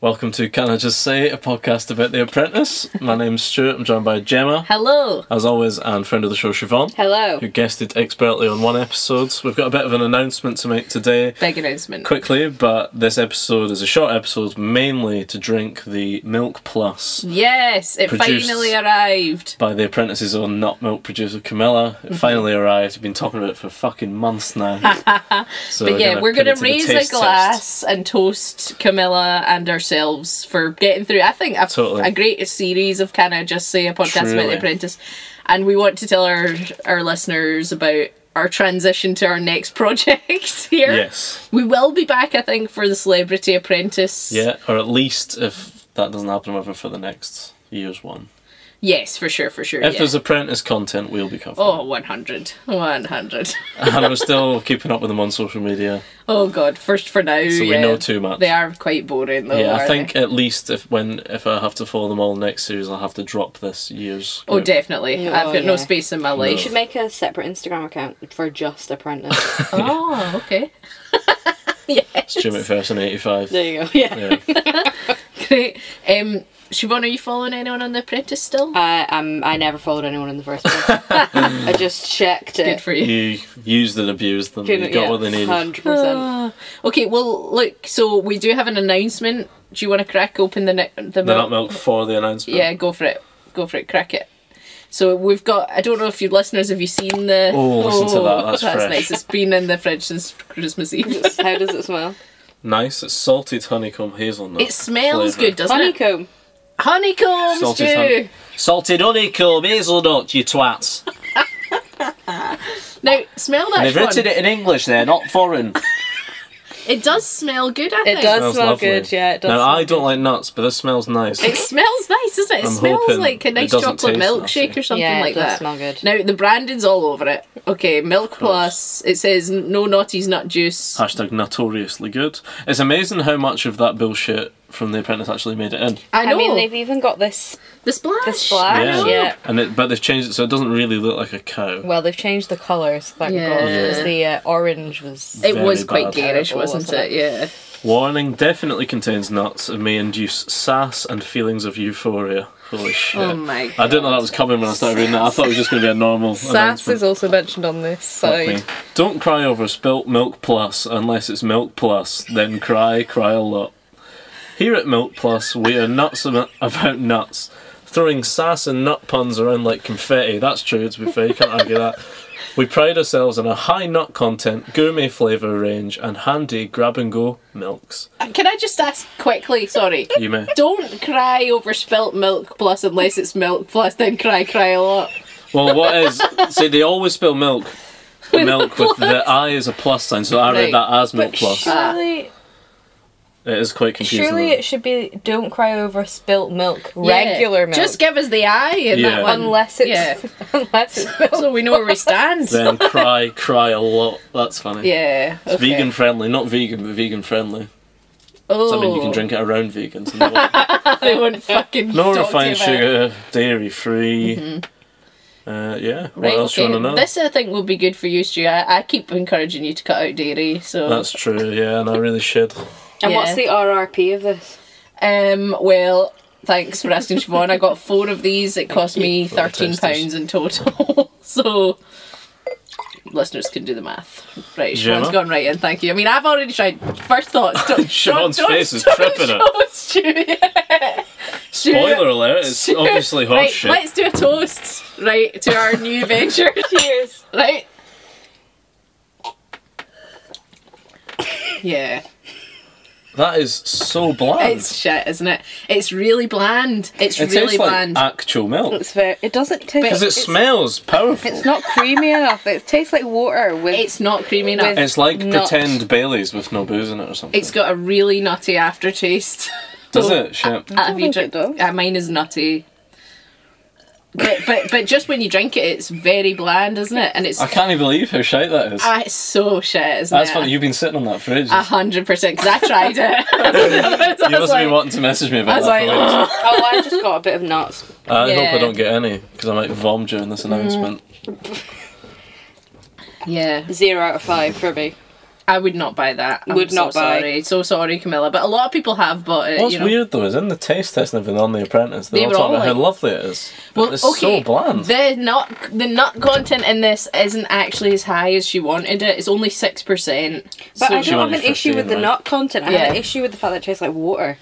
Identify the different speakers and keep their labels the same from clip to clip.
Speaker 1: Welcome to Can I Just Say, a podcast about The Apprentice. My name's Stuart. I'm joined by Gemma,
Speaker 2: Hello.
Speaker 1: as always, and friend of the show, Siobhan,
Speaker 2: Hello.
Speaker 1: who guested expertly on one episode. We've got a bit of an announcement to make today
Speaker 2: Big announcement.
Speaker 1: quickly, but this episode is a short episode mainly to drink the Milk Plus
Speaker 2: Yes, it
Speaker 1: Produced.
Speaker 2: finally arrived.
Speaker 1: by The Apprentice's own nut milk producer, Camilla.
Speaker 2: Mm-hmm.
Speaker 1: It finally arrived. We've been talking about it for fucking months now. so
Speaker 2: But yeah, we're
Speaker 1: put
Speaker 2: going to
Speaker 1: it the
Speaker 2: raise a
Speaker 1: taste test.
Speaker 2: glass and toast Camilla and ourselves for getting through, I think, a,
Speaker 1: Totally.
Speaker 2: a great series of Can I Just Say, a podcast about
Speaker 1: Truly.
Speaker 2: The Apprentice. And we want to tell our, our listeners about our transition to our next project here.
Speaker 1: Yes.
Speaker 2: We will be back, I think, for the Celebrity Apprentice.
Speaker 1: Yeah, or at least if that doesn't happen over for the next year's one.
Speaker 2: Yes, for sure, for sure.
Speaker 1: If
Speaker 2: yeah.
Speaker 1: there's apprentice content, we'll be covering.
Speaker 2: Oh, 100. 100.
Speaker 1: and I'm still keeping up with them on social media,
Speaker 2: Oh god, first for now.
Speaker 1: so we know too much.
Speaker 2: They are quite boring though.
Speaker 1: yeah,
Speaker 2: Oh, are
Speaker 1: I think
Speaker 2: They?
Speaker 1: at least if when if I have to follow them all next series, I'll have to drop this year's.
Speaker 2: Oh,
Speaker 1: group.
Speaker 2: definitely.
Speaker 3: Yeah, Oh,
Speaker 2: I've got no
Speaker 3: yeah.
Speaker 2: space in my
Speaker 3: You
Speaker 2: life.
Speaker 3: should make a separate Instagram account for just apprentice.
Speaker 2: Oh, okay. yes.
Speaker 1: It's Jim McPherson eighty five.
Speaker 3: there you go. Yeah.
Speaker 1: Yeah.
Speaker 2: Great. Um, Siobhan, are you following anyone on The Apprentice still?
Speaker 3: I um I never followed anyone in the first place. I just checked
Speaker 2: Good
Speaker 3: it.
Speaker 2: for you.
Speaker 1: You used and abused them. You got what they needed.
Speaker 3: Hundred percent.
Speaker 2: Ah. okay, well, look, so we do have an announcement. Do you want to crack open the, ne- the
Speaker 1: The
Speaker 2: milk?
Speaker 1: nut milk for the announcement.
Speaker 2: Yeah, go for it. Go for it. Crack it. So we've got. I don't know if you listeners have you seen the.
Speaker 1: Oh, listen to that, that's fresh.
Speaker 2: nice. It's been in the fridge since Christmas Eve.
Speaker 3: How does it smell?
Speaker 1: Nice. It's salted honeycomb hazelnut.
Speaker 2: It smells
Speaker 1: flavour.
Speaker 2: good, doesn't it?
Speaker 3: Honeycomb.
Speaker 2: Honeycombs,
Speaker 1: Salted
Speaker 2: Jew.
Speaker 1: honey- Salted honeycomb hazelnut, you twats.
Speaker 2: Now smell
Speaker 1: And
Speaker 2: that
Speaker 1: they've
Speaker 2: one.
Speaker 1: written it in English there, not foreign.
Speaker 2: It does smell good. I think
Speaker 3: It does
Speaker 1: smells
Speaker 3: smell
Speaker 1: lovely.
Speaker 3: good. Yeah, it does.
Speaker 1: Now
Speaker 3: smell
Speaker 1: I
Speaker 3: good.
Speaker 1: don't like nuts, but this smells nice.
Speaker 2: It smells nice, doesn't it? It
Speaker 1: I'm
Speaker 2: smells
Speaker 1: hoping
Speaker 2: like a
Speaker 1: it
Speaker 2: nice
Speaker 1: doesn't
Speaker 2: chocolate
Speaker 1: taste
Speaker 2: milkshake
Speaker 1: nasty.
Speaker 2: or something
Speaker 3: Yeah, it
Speaker 2: like
Speaker 3: does
Speaker 2: that.
Speaker 3: smell good.
Speaker 2: Now the branding's all over it. Okay, Milk Plus. It says no naughties, nut juice.
Speaker 1: Hashtag notoriously good. It's amazing how much of that bullshit from The Apprentice actually made it in.
Speaker 2: I
Speaker 3: I
Speaker 2: know
Speaker 3: mean, they've even got this
Speaker 2: the splash.
Speaker 3: the splash. Yeah.
Speaker 1: And it, but they've changed it so it doesn't really look like a cow.
Speaker 3: Well, they've changed the colours. Thank
Speaker 2: Yeah.
Speaker 3: God. 'cause
Speaker 2: Yeah.
Speaker 3: the uh, orange was.
Speaker 2: It
Speaker 1: Very
Speaker 2: was quite
Speaker 1: bad.
Speaker 2: garish,
Speaker 3: Terrible,
Speaker 2: wasn't it?
Speaker 3: wasn't
Speaker 2: Yeah.
Speaker 1: Warning definitely contains nuts and may induce sass and feelings of euphoria. Holy shit.
Speaker 2: Oh my
Speaker 1: I didn't know that was coming when I started reading that. I thought it was just going to be a normal
Speaker 3: Sass
Speaker 1: announcement.
Speaker 3: is also mentioned on this
Speaker 1: Fuck me.
Speaker 3: side.
Speaker 1: Don't cry over spilt milk plus unless it's milk plus. Then cry, cry a lot. Here at Milk Plus, we are nuts ab- about nuts, throwing sass and nut puns around like confetti. That's true. To be fair, you can't argue that. We pride ourselves on a high nut content, gourmet flavour range, and handy grab and go milks.
Speaker 2: Uh, Can I just ask quickly? Sorry.
Speaker 1: You may.
Speaker 2: Don't cry over spilt milk plus unless it's milk plus. Then cry, cry a lot.
Speaker 1: Well, what is? See, they always spill milk. The milk with the I is a plus sign, so I read
Speaker 2: Right.
Speaker 1: that as milk
Speaker 3: But
Speaker 1: plus.
Speaker 3: surely,
Speaker 1: It is quite confusing.
Speaker 3: surely
Speaker 1: though.
Speaker 3: it should be don't cry over spilt milk.
Speaker 2: Yeah.
Speaker 3: Regular milk.
Speaker 2: Just give us the eye in
Speaker 1: Yeah.
Speaker 2: that one.
Speaker 3: unless it's
Speaker 2: Yeah.
Speaker 3: unless it's milk.
Speaker 2: so we know where we stand.
Speaker 1: then cry, cry a lot. That's funny.
Speaker 2: Yeah. Okay.
Speaker 1: Vegan friendly, not vegan, but vegan friendly.
Speaker 2: Oh.
Speaker 1: So, I mean, you can drink it around vegans. and they won't-
Speaker 2: they won't fucking.
Speaker 1: no
Speaker 2: talk to you
Speaker 1: refined
Speaker 2: about it. Mm-hmm.
Speaker 1: sugar, dairy free. Uh, yeah.
Speaker 2: Right,
Speaker 1: what else
Speaker 2: okay.
Speaker 1: you want to know?
Speaker 2: This I think will be good for you, Stu. I, I keep encouraging you to cut out dairy. So,
Speaker 1: That's true. Yeah, and I really should.
Speaker 3: And what's
Speaker 2: Yeah.
Speaker 3: the RRP of this?
Speaker 2: um, well, thanks for asking, Siobhan. I got four of these. It cost me
Speaker 1: Little
Speaker 2: thirteen
Speaker 1: tasters.
Speaker 2: pounds in total. so, listeners can do the math. Right, Siobhan's
Speaker 1: Gemma?
Speaker 2: gone right in. Thank you. I mean, I've already tried. First thoughts. Don't,
Speaker 1: Siobhan's
Speaker 2: don't-
Speaker 1: face is
Speaker 2: don't
Speaker 1: tripping it.
Speaker 2: show Stu.
Speaker 1: Spoiler alert! It's obviously hot
Speaker 2: right,
Speaker 1: shit.
Speaker 2: Let's do a toast, right, to our new venture,
Speaker 3: Cheers.
Speaker 2: right? Yeah,
Speaker 1: That is so bland.
Speaker 2: it's shit, isn't it? It's really bland. It's
Speaker 1: Mm. it
Speaker 2: really
Speaker 1: tastes
Speaker 2: bland.
Speaker 1: like um, actual milk
Speaker 3: It's very. It doesn't taste.
Speaker 1: because it
Speaker 3: it's,
Speaker 1: smells powerful.
Speaker 3: it's not creamy enough. It tastes like water with.
Speaker 2: it's not creamy enough.
Speaker 3: With-
Speaker 1: It's like
Speaker 3: not-
Speaker 1: pretend Bailey's with no booze in it or something.
Speaker 2: it's got a really nutty aftertaste.
Speaker 1: Does it? Shit.
Speaker 2: Have you
Speaker 3: think it
Speaker 2: drink-
Speaker 3: does.
Speaker 2: uh, mine is nutty. But, but but just when you drink it, it's very bland, isn't it? And it's
Speaker 1: I can't even believe how shite that is.
Speaker 2: ah, it's so shit, isn't
Speaker 1: That's
Speaker 2: it?
Speaker 1: funny. You've been sitting on that for ages.
Speaker 2: A hundred percent, because I tried it. I
Speaker 1: You
Speaker 2: was
Speaker 1: must be
Speaker 2: like-
Speaker 1: wanting to message me about
Speaker 2: was
Speaker 1: that.
Speaker 2: like, "Oh,
Speaker 1: for ages.
Speaker 3: oh, I just got a bit of nuts.
Speaker 1: I hope I
Speaker 2: Yeah. Mm.
Speaker 1: don't get any because I might vom during this announcement.
Speaker 2: Yeah.
Speaker 3: Zero out of five for me.
Speaker 2: I would not buy that. I'm
Speaker 3: Would
Speaker 2: so
Speaker 3: not buy.
Speaker 2: Sorry. So sorry, Camilla. But a lot of people have bought it.
Speaker 1: What's
Speaker 2: you know.
Speaker 1: weird though is in the taste test and everything on The Apprentice,
Speaker 2: They
Speaker 1: they're all talking
Speaker 2: were all
Speaker 1: about how
Speaker 2: like-
Speaker 1: lovely it is. But it's so bland.
Speaker 2: The nut, the nut content in this isn't actually as high as she wanted it. It's only six percent.
Speaker 3: But I
Speaker 1: She
Speaker 3: don't have
Speaker 1: wanted
Speaker 3: an issue with
Speaker 1: 15,
Speaker 3: the
Speaker 1: right?
Speaker 3: nut content. I have an
Speaker 2: Yeah.
Speaker 3: issue with the fact that it tastes like water.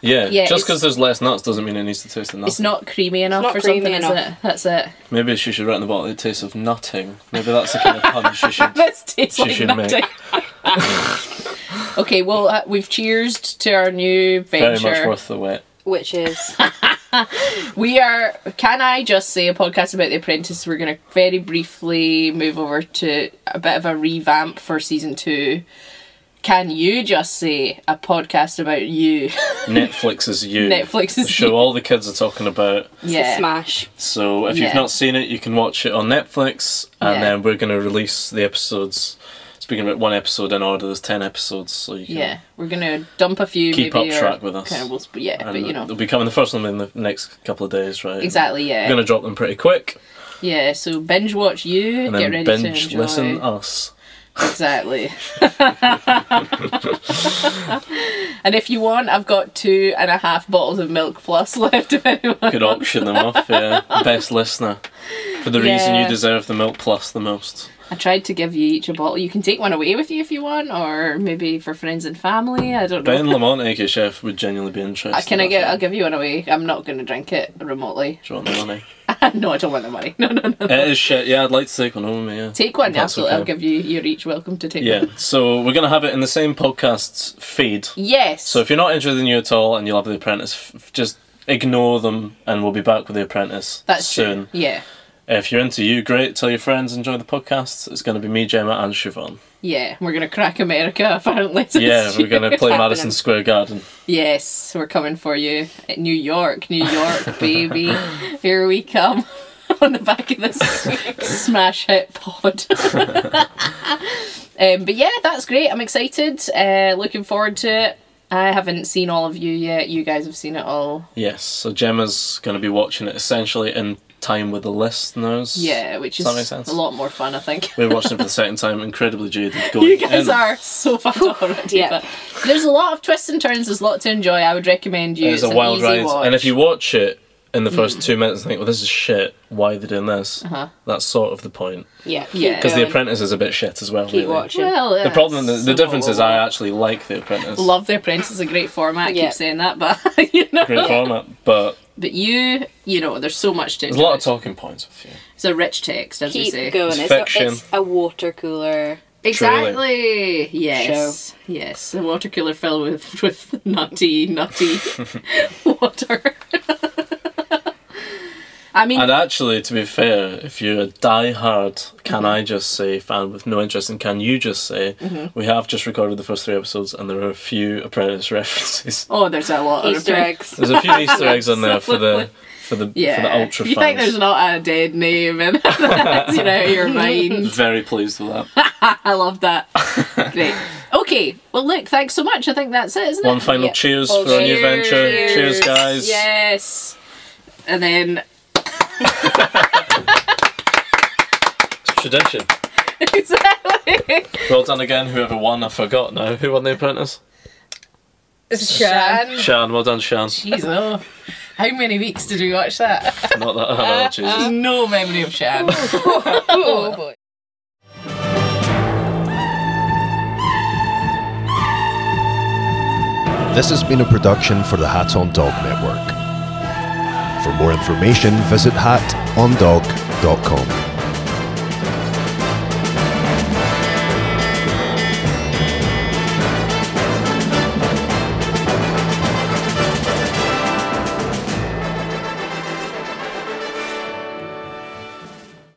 Speaker 1: yeah,
Speaker 2: yeah,
Speaker 1: just
Speaker 2: it's-
Speaker 1: because there's less nuts doesn't mean it needs to taste of
Speaker 2: It's
Speaker 1: nothing.
Speaker 2: not creamy enough
Speaker 3: not
Speaker 2: or
Speaker 3: creamy
Speaker 2: something, is
Speaker 3: enough.
Speaker 2: it? That's it.
Speaker 1: Maybe she should write on the bottle, it tastes of nutting. Maybe that's the kind of pun she should.
Speaker 2: This tastes
Speaker 1: She
Speaker 2: like
Speaker 1: should make-
Speaker 2: nothing. okay, well, uh, we've cheersed to our new
Speaker 1: Very
Speaker 2: venture.
Speaker 1: much worth the wait.
Speaker 3: Which is
Speaker 2: We are. Can I just say a podcast about The Apprentice? We're going to very briefly move over to a bit of a revamp for season two. Can you just say a podcast about you?
Speaker 1: Netflix is you.
Speaker 2: Netflix
Speaker 1: The
Speaker 2: is
Speaker 1: show
Speaker 2: you.
Speaker 1: all the kids are talking about.
Speaker 3: a
Speaker 2: Yeah.
Speaker 3: smash.
Speaker 1: So if you've
Speaker 2: Yeah.
Speaker 1: not seen it, you can watch it on Netflix, and
Speaker 2: Yeah.
Speaker 1: then we're going to release the episodes. Speaking about one episode in order, there's ten episodes, so you can.
Speaker 2: Yeah, we're gonna dump a few.
Speaker 1: Keep
Speaker 2: maybe,
Speaker 1: up
Speaker 2: or
Speaker 1: track with us.
Speaker 2: Kind of, we'll, sp- yeah,
Speaker 1: And
Speaker 2: but you know,
Speaker 1: they'll be coming. The first one will be in the next couple of days, right?
Speaker 2: exactly, yeah,
Speaker 1: We're going to drop them pretty quick,
Speaker 2: yeah. So binge watch you.
Speaker 1: and
Speaker 2: get
Speaker 1: then
Speaker 2: ready to
Speaker 1: binge
Speaker 2: enjoy.
Speaker 1: listen Oh, us.
Speaker 2: Exactly. and if you want, I've got two and a half bottles of milk plus left. If anyone,
Speaker 1: Could auction them off, yeah. Best listener for the reason you
Speaker 2: Yeah.
Speaker 1: deserve the milk plus the most.
Speaker 2: I tried to give you each a bottle. You can take one away with you if you want, or maybe for friends and family. I don't know.
Speaker 1: Ben Lamont, aka Chef, would genuinely be interested.
Speaker 2: Uh, Can I
Speaker 1: think.
Speaker 2: get? I'll give you one away. I'm not going to drink it remotely.
Speaker 1: Do you want the money?
Speaker 2: no, I don't want the money. No, no, no.
Speaker 1: it is shit. Yeah, I'd like to take one home with me. Yeah.
Speaker 2: Take one,
Speaker 1: That's
Speaker 2: absolutely.
Speaker 1: okay.
Speaker 2: I'll give you. You're each welcome to take
Speaker 1: Yeah,
Speaker 2: one.
Speaker 1: so we're going to have it in the same podcast's feed.
Speaker 2: Yes.
Speaker 1: So if you're not interested in you at all and you love The Apprentice, f- f- just ignore them and we'll be back with The Apprentice
Speaker 2: That's
Speaker 1: soon.
Speaker 2: true. Yeah.
Speaker 1: If you're into you, great. Tell your friends, enjoy the podcast. It's going to be me, Gemma, and Siobhan.
Speaker 2: Yeah. We're going to crack America, apparently. this
Speaker 1: Yeah, we're
Speaker 2: year.
Speaker 1: going to play
Speaker 3: Happening.
Speaker 1: Madison Square Garden.
Speaker 2: Yes, we're coming for you. At New York, New York, baby. Here we come on the back of this smash hit pod. um, but yeah, that's great. I'm excited. Uh, looking forward to it. I haven't seen all of you yet. You guys have seen it all.
Speaker 1: Yes, so Gemma's going to be watching it essentially in time with the listeners.
Speaker 2: Yeah, which
Speaker 1: Does
Speaker 2: is
Speaker 1: that make sense?
Speaker 2: a lot more fun, I think.
Speaker 1: We're watching it for the second time, incredibly jaded. Going
Speaker 2: You guys
Speaker 1: in.
Speaker 2: are so fucked up already.
Speaker 3: Yeah.
Speaker 2: But there's a lot of twists and turns. There's a lot to enjoy. I would recommend you.
Speaker 1: It's, a
Speaker 2: an
Speaker 1: wild
Speaker 2: easy
Speaker 1: ride.
Speaker 2: watch. Mm.
Speaker 1: And if you watch it in the first two minutes and think, well, this is shit, why are they doing this?
Speaker 2: Uh-huh.
Speaker 1: That's sort of the point.
Speaker 3: Yeah.
Speaker 2: Yeah.
Speaker 1: Because The
Speaker 3: going.
Speaker 1: Apprentice is a bit shit as well,
Speaker 3: Keep
Speaker 1: really.
Speaker 3: watching.
Speaker 2: well,
Speaker 1: The problem, the,
Speaker 2: yes.
Speaker 1: the difference is
Speaker 2: Whoa, whoa,
Speaker 1: I
Speaker 2: whoa.
Speaker 1: actually like The Apprentice.
Speaker 2: Love The Apprentice is a great format. I
Speaker 3: Yeah.
Speaker 2: keep saying that, but you know.
Speaker 1: Great format, but
Speaker 2: But you, you know, there's so much to
Speaker 1: there's
Speaker 2: enjoy.
Speaker 1: a lot of talking points with you.
Speaker 2: It's a rich text, as we
Speaker 3: Keep
Speaker 2: say.
Speaker 3: going.
Speaker 1: It's
Speaker 3: It's, a,
Speaker 1: fiction.
Speaker 3: it's a water cooler.
Speaker 2: Exactly. Yes. Yes. The water cooler filled with with nutty, nutty water. I mean,
Speaker 1: And actually, to be fair, if you're a die-hard
Speaker 2: Mm-hmm.
Speaker 1: Can I Just Say fan with no interest in Can You Just Say,
Speaker 2: Mm-hmm.
Speaker 1: we have just recorded the first three episodes and there are a few Apprentice references.
Speaker 2: oh, there's a lot of
Speaker 3: Easter eggs.
Speaker 1: There's a few Easter eggs on there for the for the
Speaker 2: Yeah.
Speaker 1: for the ultra
Speaker 2: you
Speaker 1: fans.
Speaker 2: think there's not a dead name in that's you know your mind.
Speaker 1: Very pleased with that.
Speaker 2: I love that. Great. Okay. Well, look. Thanks so much. I think that's it, isn't it?
Speaker 1: One final
Speaker 3: Yeah.
Speaker 1: cheers
Speaker 3: Well,
Speaker 1: for our new venture. Cheers,
Speaker 2: Cheers.
Speaker 1: guys.
Speaker 2: Yes. And then
Speaker 1: It's tradition.
Speaker 2: exactly.
Speaker 1: Well done again, whoever won. I forgot now. Who won The Apprentice?
Speaker 2: Shan.
Speaker 1: Shan. Well done, Shan.
Speaker 2: Jeez, oh. How many weeks did we watch that?
Speaker 1: Not that I have allergies.
Speaker 2: no memory of Shan.
Speaker 3: Oh boy.
Speaker 4: This has been a production for the Hat on Dog Network. For more information, visit hatondog.com.